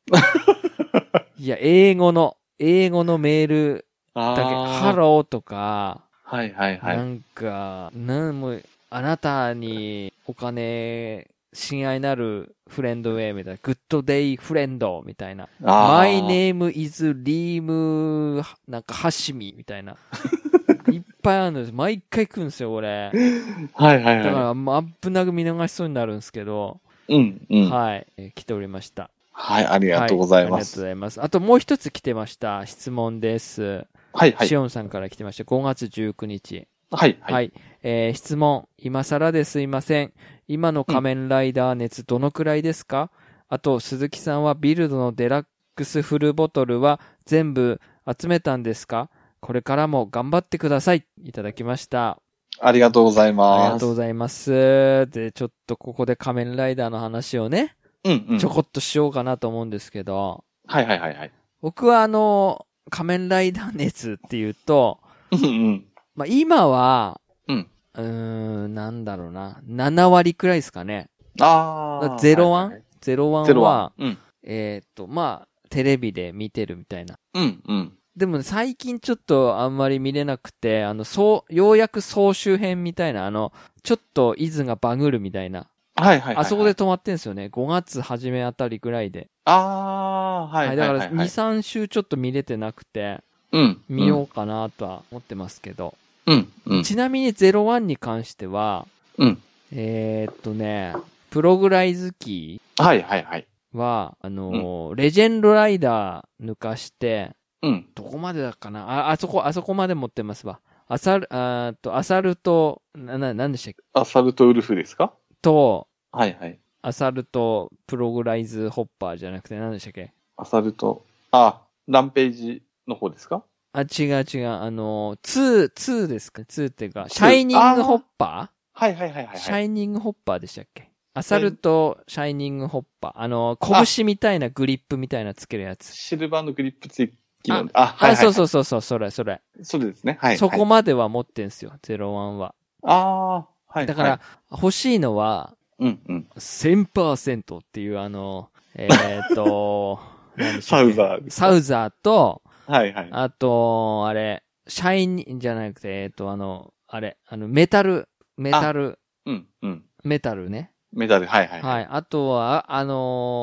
A: いや、英語の、英語のメール
B: あ
A: だ
B: ー
A: け、ハローとか、
B: はいはいは。
A: ないんか、なんもう、あなたにお金、親愛なるフレンドウェイみたいな、グッドデイフレンドみたいな、マイネームイズリーム、なんかハシミみた いな。いっぱいあるんです。毎回来るんですよ、これ。
B: ーム。はいはい
A: だから、
B: は
A: まあ危なく見逃しそうになるんですけど、
B: い。うんうん。はい、
A: はい、えー来ておりました。
B: ありがとうござい
A: はありが
B: ま
A: とう
B: す。
A: ございます。あともう一つ来てました。質問です。
B: はいはい。
A: シオンさんから来てました。5月19日。
B: はい
A: はい、
B: はい。
A: えー質問。今更ですいません。今の仮面ライダー熱どのくらいですか、あと、鈴木さんはビルドのデラックスフルボトルは全部集めたんですかこれからも頑張ってください。いただきました。
B: ありがとうござい
A: あ
B: ます。
A: りがとうございます。で、ちょっとここで仮面ライダーの話をね、
B: うんうん。
A: ちょこっとしようかなと思うんですけど、
B: はいはいはいはい。
A: 僕はあの、仮面ライダー熱っていうと、
B: うんうん。
A: まあ、今は、
B: うん。
A: うーん、なんだろうな。7割くらいですかね。
B: ああ。
A: ゼロワ
B: はい
A: ンゼロワ
B: はいゼ
A: ン
B: ロ
A: は
B: ワ、ン。うん。
A: えーっと、まあ、テレビで見てるみたいな。
B: うんうん。
A: でも最近ちょっとあんまり見れなくて、あの、そう、ようやく総集編みたいな、あの、ちょっと伊豆がバグるみたいな。
B: はいはいはいは
A: あ
B: い。
A: そこで。止まってんすよね。5月初めあたりくらいで。
B: ああー、はいはいはいはい。
A: だから2、3週ちょっと見れてなくて、
B: うん。
A: 見ようかなとは思ってますけど。
B: うん。うん。
A: ちなみに01に関しては、
B: うん。
A: えーっとね、プログライズキ
B: はいはいはい。
A: ーは、あのーレジェンドライダー抜かして、
B: うん。
A: どこまでだっかなあ、あそこ、あそこまで持ってますわ。アサル、あーっと、アサルト、な、な、なんでしたっけ
B: アサルトウルフですか
A: と、
B: はいはい。
A: アサルト、プログライズホッパーじゃなくて、なんでしたっけ
B: アサルト、あ、ランページの方ですか
A: あ、違う違う、あのー、2、2ですか ?2 っていうか、シャイニングホッパ
B: はいはいはいはい、
A: ー
B: はい。
A: シャイニングホッパーでしたっけアサルト、シャイニングホッパー。あのー、拳みたいなグリップみたいなつけるやつ。
B: シルバーのグリップついきの、あ、はい、はい。
A: あ、そう
B: う。
A: そうそうそう、それ、それ。
B: そうですね。はい。
A: そこ
B: はい、
A: までは持ってんすよ、ゼロワンは。
B: ああ、はい。
A: だから、、欲しいのは、
B: うんうん。
A: 1000%っていうあの、えーっ と、何でしたっ
B: サ
A: け
B: ウザーですか
A: サウザーと、
B: はいはい。
A: あと、あれ、シャイニじゃなくて、えーっと、あの、あれ、あの、メタル、メタル、
B: うんうん。
A: メタルね。
B: メダル、はいはい。
A: はい。あとは、あ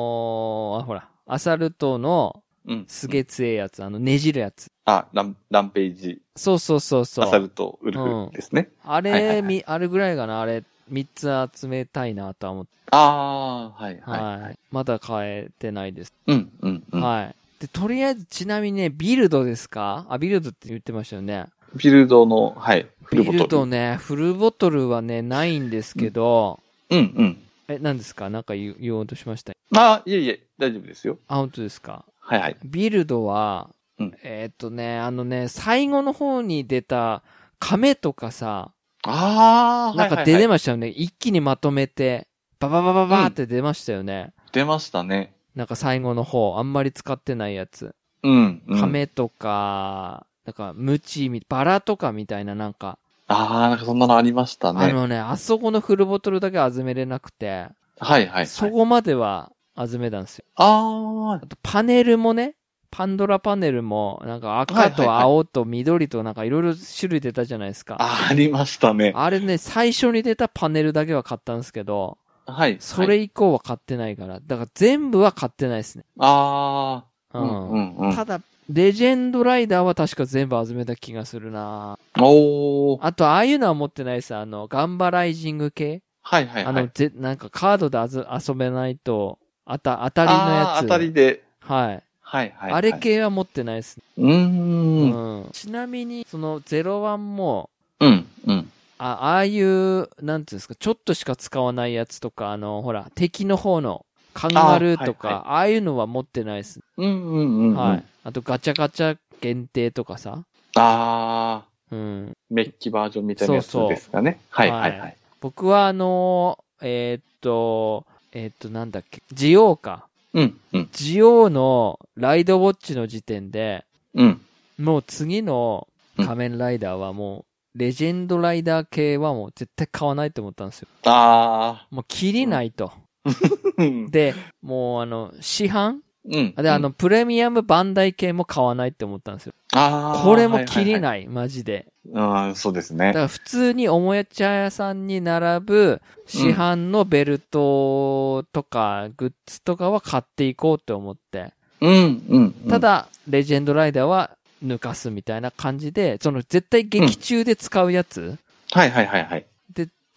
A: のーあ、ほら、アサルトの
B: うん。
A: すげえ強えやつ、あの、ねじるやつ。
B: あ、ラン、ランページ、
A: そうそうそうそう。
B: アサルトウルフですね。
A: あれ、
B: はいはいはい
A: み、あれぐらいかな、あれ、三つ集めたいなとは思って、
B: ああ、はい
A: はい。
B: はい。
A: まだ変えてないです。
B: うんうんうん。
A: はい。で、とりあえず、ちなみにね、ビルドですかあ、ビルドって言ってましたよね。
B: ビルドの、はい。フル
A: ビ
B: ボトル。
A: ルドね、フルボトルはね、ないんですけど、
B: うんうん。
A: え、何ですかなんか言う言おうとしました。
B: あ、いえいえ、大丈夫ですよ。
A: あ、本当ですか
B: はいはい。
A: ビルドは、
B: うん
A: えーっとね、あのね、最後の方に出た、亀とかさ、
B: ああ、
A: なん
B: は
A: か
B: いはい
A: 出
B: はい
A: てましたよね。一気にまとめて、バババババーって出ましたよね。
B: 出ましたね。
A: なんか最後の方、あんまり使ってないやつ。
B: うん、うん。
A: 亀とか、なんか、ムチみ、バラとかみたいな、なんか、
B: ああ、なんかそんなのありました
A: あ
B: ね。
A: のね、あそこのフルボトルだけ集めれなくて、
B: はいはい、はい。
A: そこまでは集めたんですよ。
B: あ
A: あと、パネルもね、パンドラパネルも、なんか赤
B: はい
A: と
B: はいはい
A: 青と緑となんかいろいろ種類出たじゃないですか。
B: あ、ありましたね。
A: あれね、最初に出たパネルだけは買ったんですけど、
B: はい。
A: そ
B: はい
A: れ以降は買ってないから。だから全部は買ってないですね。
B: あ
A: う
B: あ。
A: ん。
B: うんうんうん。
A: ただ、レジェンドライダーは確か全部集めた気がするな
B: おー。
A: あと、ああいうのは持ってないです。あの、ガンバライジング系、
B: はいはいはい。
A: あの、ぜ、なんかカードであず遊べないと、あた、当たりのや
B: あ
A: つ。
B: ー当たりで。
A: はい。
B: はいはいはい。
A: あれ系は持ってないですね。
B: うーん。
A: うん。ちなみに、その、01も、
B: うん。うん。
A: あ、ああいう、なんていうんですか、ちょっとしか使わないやつとか、あの、ほら、敵の方の、カンガルーとか、あ,、
B: あはい
A: あいうのは持ってないです。
B: うんうんうんうん。
A: はい。あと、ガチャガチャ限定とかさ。
B: ああ。
A: うん。
B: メッキバージョンみたいなやつ
A: そうそう
B: ですかね。はいはい
A: は
B: はいい。
A: 僕は、あのーえーっと、えーっと、なんだっけ、ジオウか。
B: うんうん。
A: ジオウのライドウォッチの時点で、
B: うん。
A: もう次の仮面ライダーはもう、レジェンドライダー系はもう絶対買わないと思ったんですよ。
B: あ
A: もう、切りないと。
B: あ。うん。
A: で、もう、あの、市販
B: うん。
A: で、あの、、プレミアムバンダイ系も買わないって思ったんですよ。
B: ああ。
A: これも切り
B: い。
A: ない、マジで。
B: うん、そうです
A: だ
B: ね
A: か。ら普通におもちゃ屋さんに並ぶ市販のベルトとかグッズとかは買っていこうと思って。
B: うんうん。
A: た、だ、レジェンドライダーは抜かすみたいな感じで、その絶対劇中で使うやつ、
B: はいはいはいはい。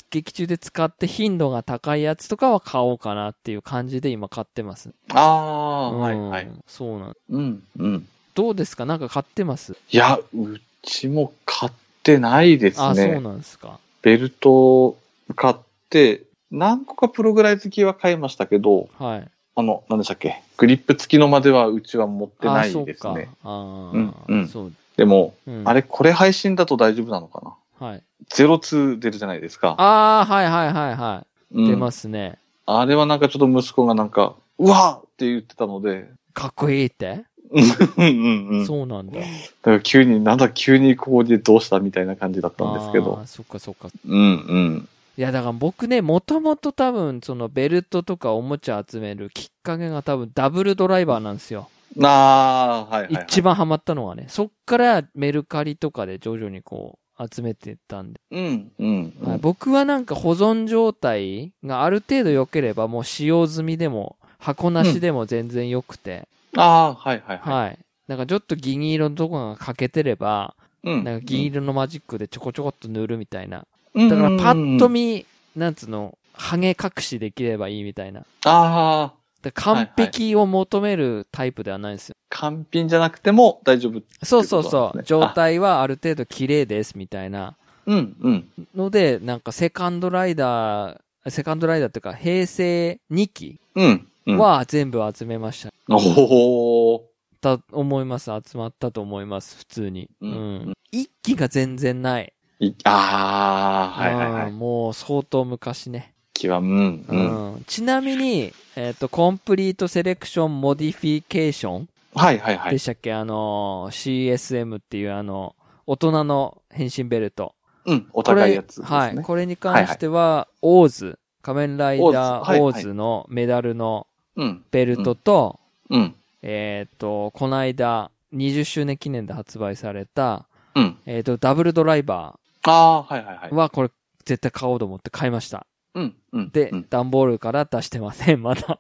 A: 劇中で使って頻度が高いやつとかは買おうかなっていう感じで今買ってます。
B: ああ、はいは
A: う
B: い。
A: ん。そうなん。
B: うんうん。
A: どうですかなんか買ってます
B: いや、うちも買ってないです
A: あ、そう
B: ね。
A: なんですか。
B: ベルト買って、何個かプログライズ系は買いましたけど、
A: はい。
B: あの、何でしたっけグリップ付きのまではうちは持って
A: あ
B: な
A: あそ
B: いうです
A: か
B: ね。
A: ああ、
B: うんうん
A: そう。
B: でも、
A: うん
B: あれ、これ配信だと大丈夫なのかな
A: はい。
B: ゼロツー出るじゃないですか。
A: ああ、はいはいはいは
B: う
A: い。
B: ん
A: 出ますね。
B: あれはなんかちょっと息子がなんか、うわーって言ってたので、
A: かっこいいって、
B: うんうんうん。だ
A: そうなんだ。
B: から急に、なんだ急にここでどうしたみたいな感じだったんですけ
A: あ
B: ど
A: あ。そっかそっか。
B: うんうん。
A: いや、だから僕ね、もともと多分、そのベルトとかおもちゃ集めるきっかけが多分ダブルドライバーなんですよ。
B: ああ、はいはい、はい。
A: 一。番ハマったのはね。そっからメルカリとかで徐々にこう、集めてったんで、
B: うんうん、う
A: はい
B: ん。
A: 僕はなんか保存状態がある程度良ければもう使用済みでも箱なしでも全然良くて、
B: ああー、はいはいはい。
A: はい。なんかちょっと銀色のとこが欠けてれば、
B: うん。
A: なんか銀色のマジックでちょこちょこっと塗るみたいな。
B: うん、
A: だからパッと
B: 見。
A: 見、なんつうの、ハゲ隠しできればいいみたいな。
B: ああ、
A: だから完璧を求めるタイプではないんですよ。
B: 完品じゃなくても大丈夫。
A: そうそうそ
B: と
A: う。
B: いうこと
A: 状
B: なんですね
A: 態はある程度綺麗ですみたいな。
B: うんうん。
A: ので、なんかセカンドライダー、セカンドライダーっていうか平成2期
B: うん、うん。、
A: は全部集めました。
B: おお。
A: だ思います。集まったと思います。普通に。う
B: うん
A: ん。一期が全然ない。
B: いああ、はいはいは
A: うん
B: い。
A: もう相当昔ね。
B: 気は、うん、
A: う
B: うん。
A: ん。ちなみに、えっ、と、コンプリートセレクションモディフィケーション
B: はいはいは
A: で
B: い。
A: したっけ、あのー、CSM っていうあの、大人の変身ベルト。
B: うん、お
A: これ
B: 互いやつですね。
A: はい。これに関しては、オーズ、仮面ライダ
B: オーズはい
A: ーオ
B: はい
A: ーズのメダルの
B: うん、
A: ベルトと、
B: うん、
A: えっ、と、この間、20周年記念で発売された、
B: うん。
A: えっ、と、ダブルドライバ
B: ああ、はいはいはい
A: ー。はこれ絶対買おうと思って買いました。
B: うん、うん。
A: で
B: うん、
A: 段ボールから出してません、ま だ。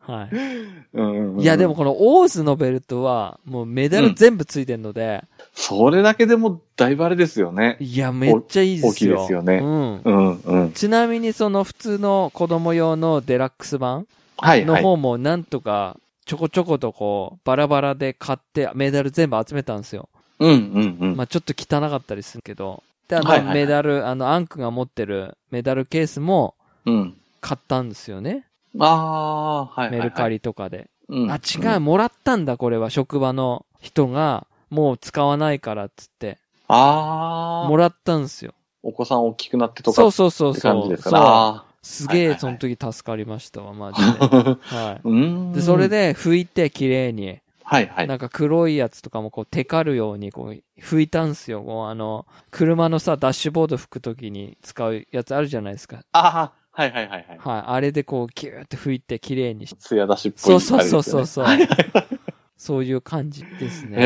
A: はい。
B: うんうんうん
A: いや、でも、このオーズのベルトは、もうメダル全部ついてるので、
B: それだけでもだいぶあれですよね。
A: いや、めっちゃいいですよ。
B: 大きいですよね
A: うん。
B: うん、うん。
A: ちなみに、その普通の子供用のデラックス版
B: はい、
A: の
B: はい。
A: 方も、なんとか、ちょこちょことこう、バラバラで買って、メダル全部集めたんですよ。
B: うん、うん、う ん。
A: まあちょっと汚かったりするけど。で、あ
B: はいはい
A: の、
B: はい
A: メダル、あの、アンクが持ってるメダルケースも
B: うん。
A: 買ったんですよね。
B: ああー、はいはい
A: メ
B: はい。
A: ルカ。リとかで。
B: うん。
A: あ、違う、もらったんだ、これは、職場の人が、もう使わないから、っつって、
B: あ
A: も
B: あ、
A: らったんすよ。
B: お子さん大きくなってと
A: そ
B: か
A: う
B: っ
A: そうそう
B: て
A: そ
B: 感
A: う。
B: じですかね。
A: そう
B: あ
A: すげ
B: は
A: え、
B: い
A: そ
B: はいは
A: の
B: い
A: 時助かりましたわ、マジ で。
B: ー
A: は
B: うーん。
A: い。で、それ、で拭いて、綺麗に。
B: はいはい。
A: なんか黒いやつとかもこう、テカるように、こう、拭いたんすよ。こう、あの、車のさ、ダッシュボード拭く時に使うやつあるじゃないですか。
B: ああ、はいはいはいはい。
A: はい。あれでこう、ギューって拭いて、綺麗にし
B: 艶出しっぽい。
A: そうそうそうそう そう
B: あれですよね
A: そういう感じですね。
B: へ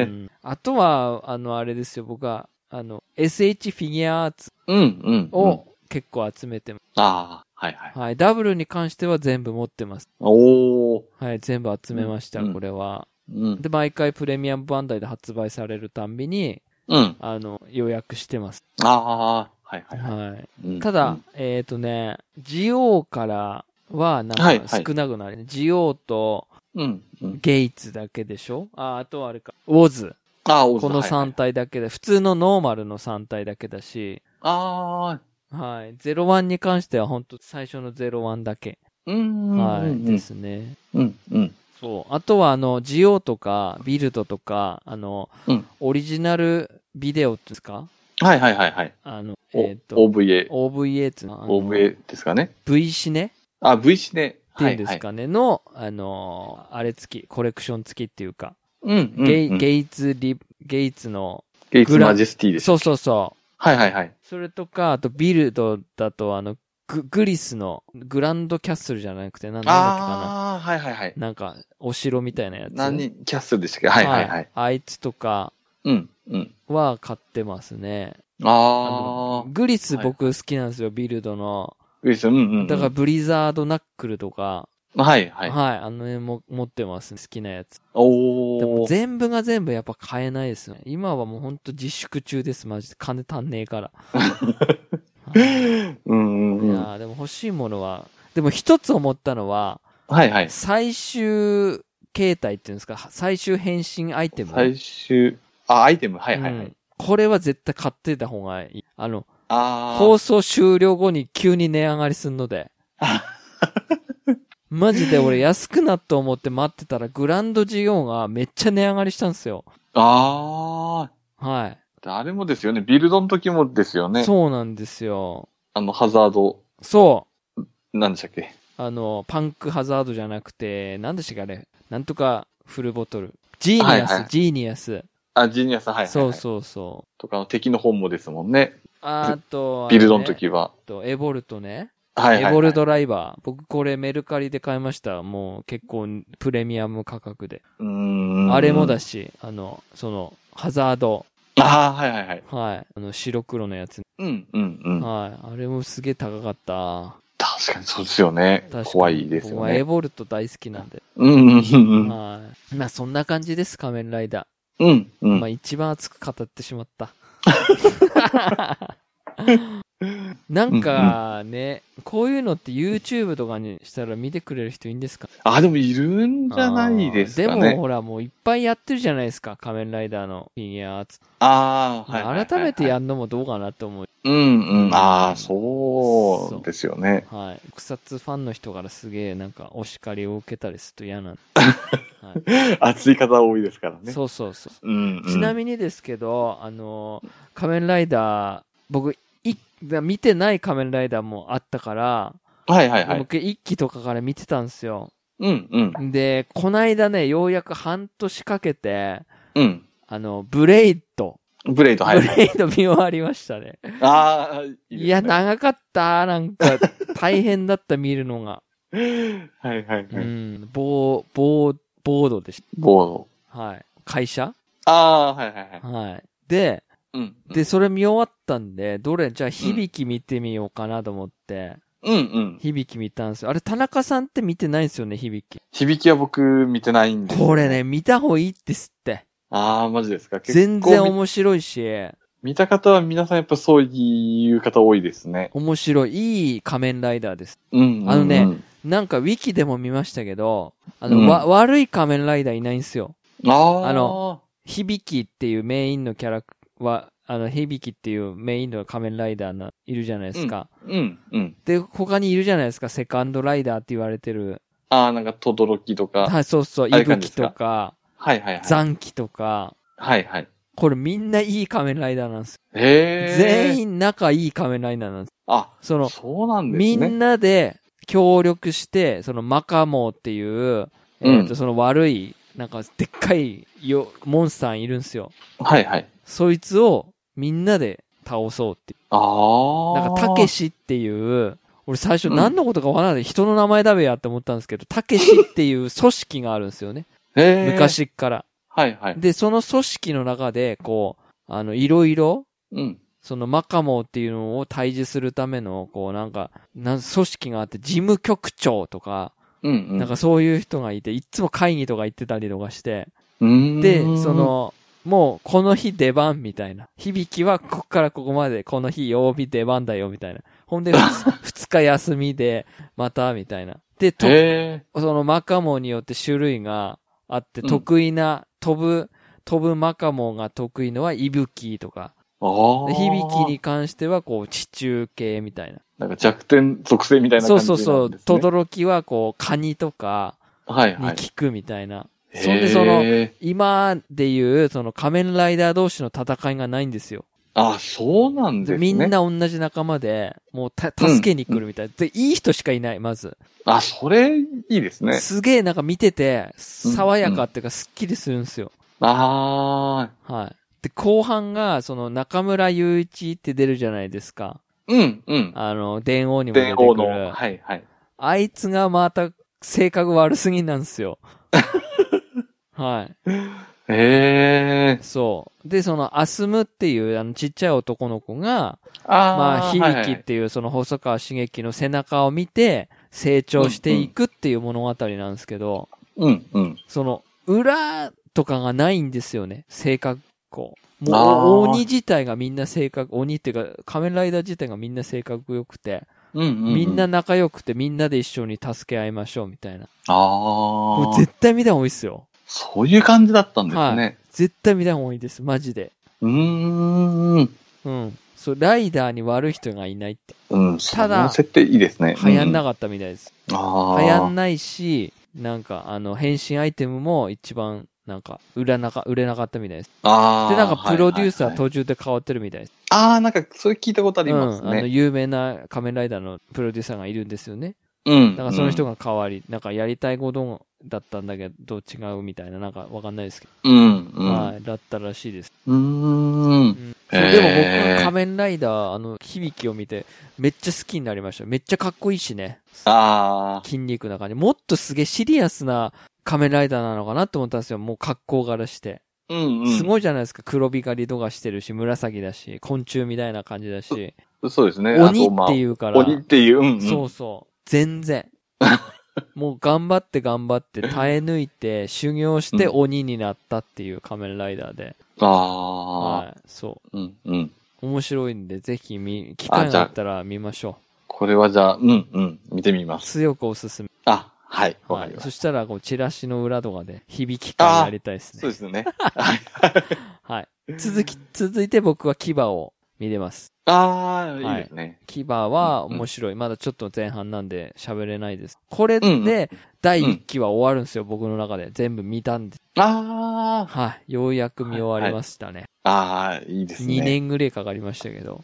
B: え。
A: うんあとは、あの、あれですよ、僕は、あの、SH フィギュアアーツ
B: うんうん。
A: を結構集めてま
B: ああ、はいはい。
A: す。はい。ダブルに関しては全部持ってます。
B: おー。
A: はい。全部集めました、
B: うん
A: これは。
B: うん。
A: で、毎回プレミアムバンダイで発売されるたんびに、
B: うん。
A: あの、予約してます。
B: ああ、はいはいは
A: はい。
B: いうん。
A: ただ、えっ、とね、ジオーからは
B: は
A: ないん
B: は
A: か
B: い
A: 少なくなる、ねジオーと
B: うん、うん。
A: ゲイツだけでしょあ、あとはあれか。ウォズ。
B: ああ、オズ
A: この
B: はいはい
A: 3体だけで、普通のノーマルの3体だけだし、
B: ああ、
A: はい。01に関しては本当最初の01だけ。
B: うーん。
A: はい。
B: う
A: で
B: ん
A: すね。
B: うん、うん。
A: そう。あとはあの、ジオーとか、ビルドとか、あの、
B: うん
A: オリジナルビデオっていうんですか
B: はいはいはいはい。
A: あの、
B: お
A: えっ、と、
B: OVA。
A: OVA っていうのあの
B: OVA ですかね。
A: V シネ
B: あ、V シネ。
A: ってい
B: は
A: うん
B: い
A: で
B: は
A: す
B: い。
A: かね、の、あのーあれ付き、コレクション付きっていうか、
B: うんうん。
A: ゲ
B: う
A: イ
B: ん
A: ゲイツリ、ゲイツの、
B: ゲイツ
A: グラ
B: マジェスティでしょ。
A: そうそうそ。。
B: はいはいはいう
A: それとか、あとビルドだと、あの、ググリスのグランドキャッスルじゃなくて、なんなんだっけか
B: ああ、はいはいはい。
A: な。なんか、お城みたいなやつ。
B: 何人、キャッスルでしたっけはいはいはい。
A: あいつとか
B: うん、うん。
A: は買ってますね。あ
B: あ
A: の
B: あ、
A: グリス
B: はい
A: 僕好きなんですよ、ビルドの。
B: グリス、うんうんうん。
A: だから、ブリザードナックルとか、
B: はいは
A: はいい、。あの辺も持ってます、好きなやつ。で
B: お
A: も
B: ー。
A: 全部が全部やっぱ買えないですね。今はもうほんと自粛中です、マジで。金足んねえから。はい
B: うん
A: い
B: うんうん。
A: やーでも欲しいものは、でも一つ思ったのは、
B: はいはい。
A: 最終形態っていうんですか、最終変身アイテム。
B: 最終、あ、アイテム、はいはいは
A: う
B: い
A: ん。これは絶対買ってた方がいい。あの、
B: あ
A: 放送終了後に急に値上がりするので。
B: あ。
A: マジで俺安くなと思って待ってたら、グランドジオンがめっちゃ値上がりしたんですよ。
B: ああ。
A: は
B: あれもですよね。ビルドの時もですよ
A: い。
B: ね。
A: そうなんですよ。
B: あの、ハザード、
A: そう。
B: なんでしたっけ
A: あの、パンクハザードじゃなくて、なんでしたっけあれなんとかフルボトル。ジーニアス、
B: はいはい
A: ジーニアス。
B: あ、ジーニアさん、はいはい、はい。
A: そうそうそう。
B: とかの敵の本もですもんね。
A: あと、
B: ビルド
A: あ
B: の
A: れね。
B: 時は。
A: あとエボルトね。
B: はいはい、はい。
A: エボルドライバー。僕これメルカリで買いました。もう結構プレミアム価格で。
B: うーん。
A: あれもだ
B: し。
A: し、あの、その、ハザード。
B: ああ、はいはいはい。
A: はい。あの、白黒のやつ。
B: うん、うん、うん。
A: はい。あれもすげえ高かった。
B: 確かにそうですよね
A: 確か。に
B: 怖いです
A: 僕
B: よ
A: はエ
B: ね。
A: ボルト大好きなんで。
B: うん、うん、うん
A: はい。まあそんな感じです、仮面ライダー。
B: うん。うん、
A: まあ
B: うん。
A: 一番熱く語ってしま った。なんかね、こういうのって YouTube とかにしたら見てくれる人いいんですか
B: あ、でもいるんじゃないですか
A: あーで
B: ね
A: も。ほらもういっぱいやってるじゃないですか、仮面ライダーのフィギュアーツ。
B: ああ、はいはいはいはい。
A: 改めてやんのもどうかなと思う。
B: うん、うん。ああ、そうですよね。
A: はい。草津ファンの人からすげえなんかお叱りを受けたりすると嫌なんで、は
B: 熱い方多いですから
A: い。
B: ね。
A: そうそうそう。
B: うん、うん。
A: ちなみにですけど、あの、仮面ライダー、僕、い見てない仮面ライダーもあったから、
B: はいはいはい。
A: 僕、一期とかから見てたんですよ。
B: うん、うん。
A: で、こないだね、ようやく半年かけて、
B: うん。
A: あの、ブレイド。
B: ブレイド、はい。
A: ブレイド見終わりましたね。
B: ああ、いいですね
A: いや、長かった。なんか、大変だった、見るの が。
B: はいはいは
A: う
B: い。
A: ん、ボー、ボー、ボードでし
B: ボード。
A: た。はい。会社
B: ああー、はいはいはい。
A: はい。で、
B: うん。
A: で、、それ見終わったんで、どれ、じゃあ、響き見てみようかなと思って、
B: うんうん。
A: 響き見たんですよ。あれ、田中さんって見てないんですよね、響き。
B: 響きは僕見てないんです。
A: これ。ね、見た方がいいってすって。
B: ああ、マジですか。結構
A: 全然
B: み
A: 面白いし、
B: 見た方は皆さんやっぱそういう方多いですね。
A: 面白い、いい仮面ライダーです。
B: うん、うん。
A: あのね。なんか、ウィキでも見ましたけど、あの、
B: うん
A: わ、悪い仮面ライダーいないんですよ。
B: ああ。
A: あの、響きっていうメインのキャラクは、あの、響きっていうメインの仮面ライダーな、いるじゃないですか。
B: うん、うん。
A: で、他にいるじゃないですか、セカンドライダーって言われてる。
B: ああ、なんか、とどろきとか。
A: はい、そうそう、
B: あ
A: 息
B: れ感じ
A: 吹
B: ですか
A: とか、
B: はいはいはい。
A: 残機とか、
B: はいはい。
A: これみんないい仮面ライダーなんですよ。
B: へえ。
A: 全
B: 員。
A: 員仲いい仮面ライダーなんです。
B: あ、
A: その、
B: そうなんです
A: み
B: ね。
A: んなで協力して、そのマカモっていう、え
B: うん
A: ーと、その悪い、なんかでっかいよ、モンスターいるんですよ。
B: はいはい。
A: そいつをみんなで倒そうっていう。
B: ああ。
A: なんか、たけしっていう、俺最初何のことかわからない、人の名前だべやって思ったんですけど、たけしっていう組織があるんですよね。
B: へー。
A: 昔っから。
B: はいはい。
A: で、その組織の中で、こう、あの、いろいろ、
B: うん。
A: そのマカモっていうのを退治するための、こうなんか、なん組織があって、事務局長とか、
B: うんうん。
A: なんかそういう人がいて、いっつも会議とか行ってたりとかして、
B: うーん
A: で、そ、の、もうこの日出番みたいな。響きはここからここまで、この日曜日出番だよみたいな。ほんで、2 日休みで、またみたいな。で、と
B: へ
A: そのマカモによって種類があって、
B: うん
A: 得意な、飛ぶ、飛ぶマカモが得意のは息吹とか、
B: ーああ。
A: で響きに。関してはこう地中系みたいな。
B: なんか弱点属性みたいな
A: そ
B: 感
A: う
B: じな
A: そ
B: ん
A: う
B: です、ね。
A: そう、とどろきはこうカニとか
B: はい
A: に
B: はい。
A: 効くみたいな。
B: へー
A: そんでその、今でいうその仮面ライダー同士の戦いがないんですよ。
B: あ、そうなんです
A: で
B: ね。
A: みんな同じ仲間で、もうた助けに来るみたいな。で、いい人しかいない、まず。
B: あ、それ、いいですね。
A: すげえなんか見てて、爽やかっていうかスッキリするんですよ。
B: ああ。
A: はい。で、後半が、その、中村雄一って出るじゃないですか。
B: うん、うん。
A: あの、電王にも出て
B: 電
A: く
B: 王
A: る。
B: の。はいはい。
A: あいつがまた、性格悪すぎなん ですよ。はい。
B: へえ。
A: そう。で、その、アスムっていう、あの、ちっちゃい男の子が、
B: ああ。
A: まあ、
B: はいは
A: 響きっ
B: い
A: ていう、その、細川茂樹の背中を見て、成長していくっていう物語なんですけど、
B: うん、うん。
A: その、裏とかがないんですよね、性格こう。
B: あ
A: もう、
B: ー
A: 鬼自体がみんな性格、鬼っていうか、仮面ライダー自体がみんな性格良くて、
B: うん、うんうん。
A: みんな、仲良くてみんなで一緒に助け合いましょうみたいな。も
B: あ
A: う
B: あ。
A: 絶対見た方がいいっすよ。
B: そういう感じだったんですね。
A: はい。絶対見た方がいいです、マジで。
B: うーん。
A: うん。そう、ライダーに悪い人がいないって。
B: うん、
A: ただ
B: その設定いいですね。
A: 流行んな
B: かっ
A: かったみたいです。
B: た。
A: 流
B: あ
A: 行
B: あ
A: ん。ないし、なんか、あの、変身アイテムも一番、なんか、売らなか、売れなかったみたいです。
B: ああ。
A: で、なんか、プロデューサ
B: はい
A: ー
B: はいは
A: 途
B: い
A: 中で変わってるみたいです。
B: ああ、なんか、それ聞いたことあります
A: うん、あの
B: ね。
A: 有名な仮面ライダーのプロデューサーがいるんですよね。
B: うん。
A: だからその人
B: が。
A: が代わり、なんかやりたいことだったんだけど違うみたいな、なんかわかんないですけど、
B: うん、うん。
A: はい、だったらしいです。
B: うーん。
A: そう
B: へー
A: でも僕は仮面ライダー、あの、響きを見て、めっちゃ好きになりました。めっちゃかっこいいしね。
B: ああ。
A: 筋肉な感じ。もっとすげえシリアスな仮面ライダーなのかなと思ったんですよ。もう格好柄して。
B: うん、うん。
A: すごいじゃないですか。黒光りとかしてるし、紫だし、昆虫みたいな感じだし。
B: そうですね。
A: 鬼
B: あとま
A: っ
B: あ
A: ていうから。
B: 鬼っていう、うん、うん。
A: そうそう。全然。 もう頑張って頑張って耐え抜いて修行して
B: う
A: 鬼になったっていう仮面ライダーで。
B: ああ、
A: はい。そ
B: うん、うん。
A: う。面白いんで、ぜひ見、機会があったら見ましょ
B: これはじゃあ、うん、うん、見てみま
A: う。
B: す。
A: 強くおすすめ。
B: あ、はい、わ
A: は
B: かり
A: い。
B: ま
A: そ
B: し
A: したら、こう、チラシの裏とかで響き感やりたいです
B: た。
A: ね。
B: そうですね。
A: はい。続き、続いて僕は牙を見れます。
B: ああ、
A: はい
B: いいですね。
A: 牙は
B: うんうん
A: 面白い。まだちょっと前半なんで喋れないです。これ
B: うんう
A: で第1期は終わるんですよ、僕の中で。全部見たんで
B: ああ、
A: はい。ようやく見終わりましたね。
B: ああ、いいですね。
A: 2。年ぐらいかかりましたけ ど。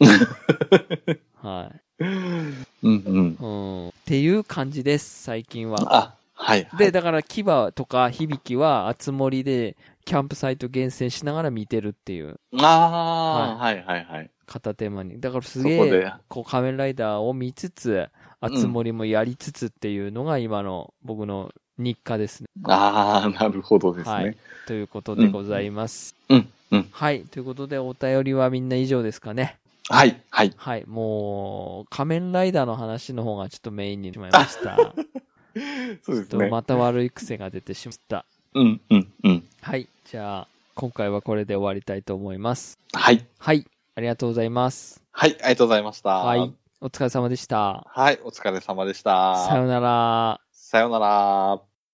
A: は
B: うん、うん
A: い。。うん。っていう感じです、最近は。
B: あ、はい、はい。
A: で、だから、牙とか響きは、あつ森で、キャンプサイト厳選しながら見てるっていう、
B: ああ、はい、はい、はい。
A: 片手間に。だから、す
B: そ
A: げ
B: こ
A: え、
B: で、
A: こう、仮面ライダーを見つつ、あつ森もやりつつっていうのが、今の僕の日課ですね。
B: ああ、なるほどです
A: は
B: ね
A: い。ということでございます。
B: うん、うん。
A: はい。ということで、お便りはみんな以上ですかね。
B: はい、はい。
A: はい、もう、仮面ライダーの話の方がちょっとメインになってしまいま した。
B: そうです
A: と
B: ね。
A: また悪い癖が出てしまった。
B: うん、うん、うん。
A: はい、じゃあ、今回はこれで終わりたいと思います。
B: はい。
A: はい、ありがとうございます。
B: はい、ありがとうございました。
A: はい。、お疲れ様でした。
B: はい、お疲れ様でした。
A: さよなら。
B: さようなら。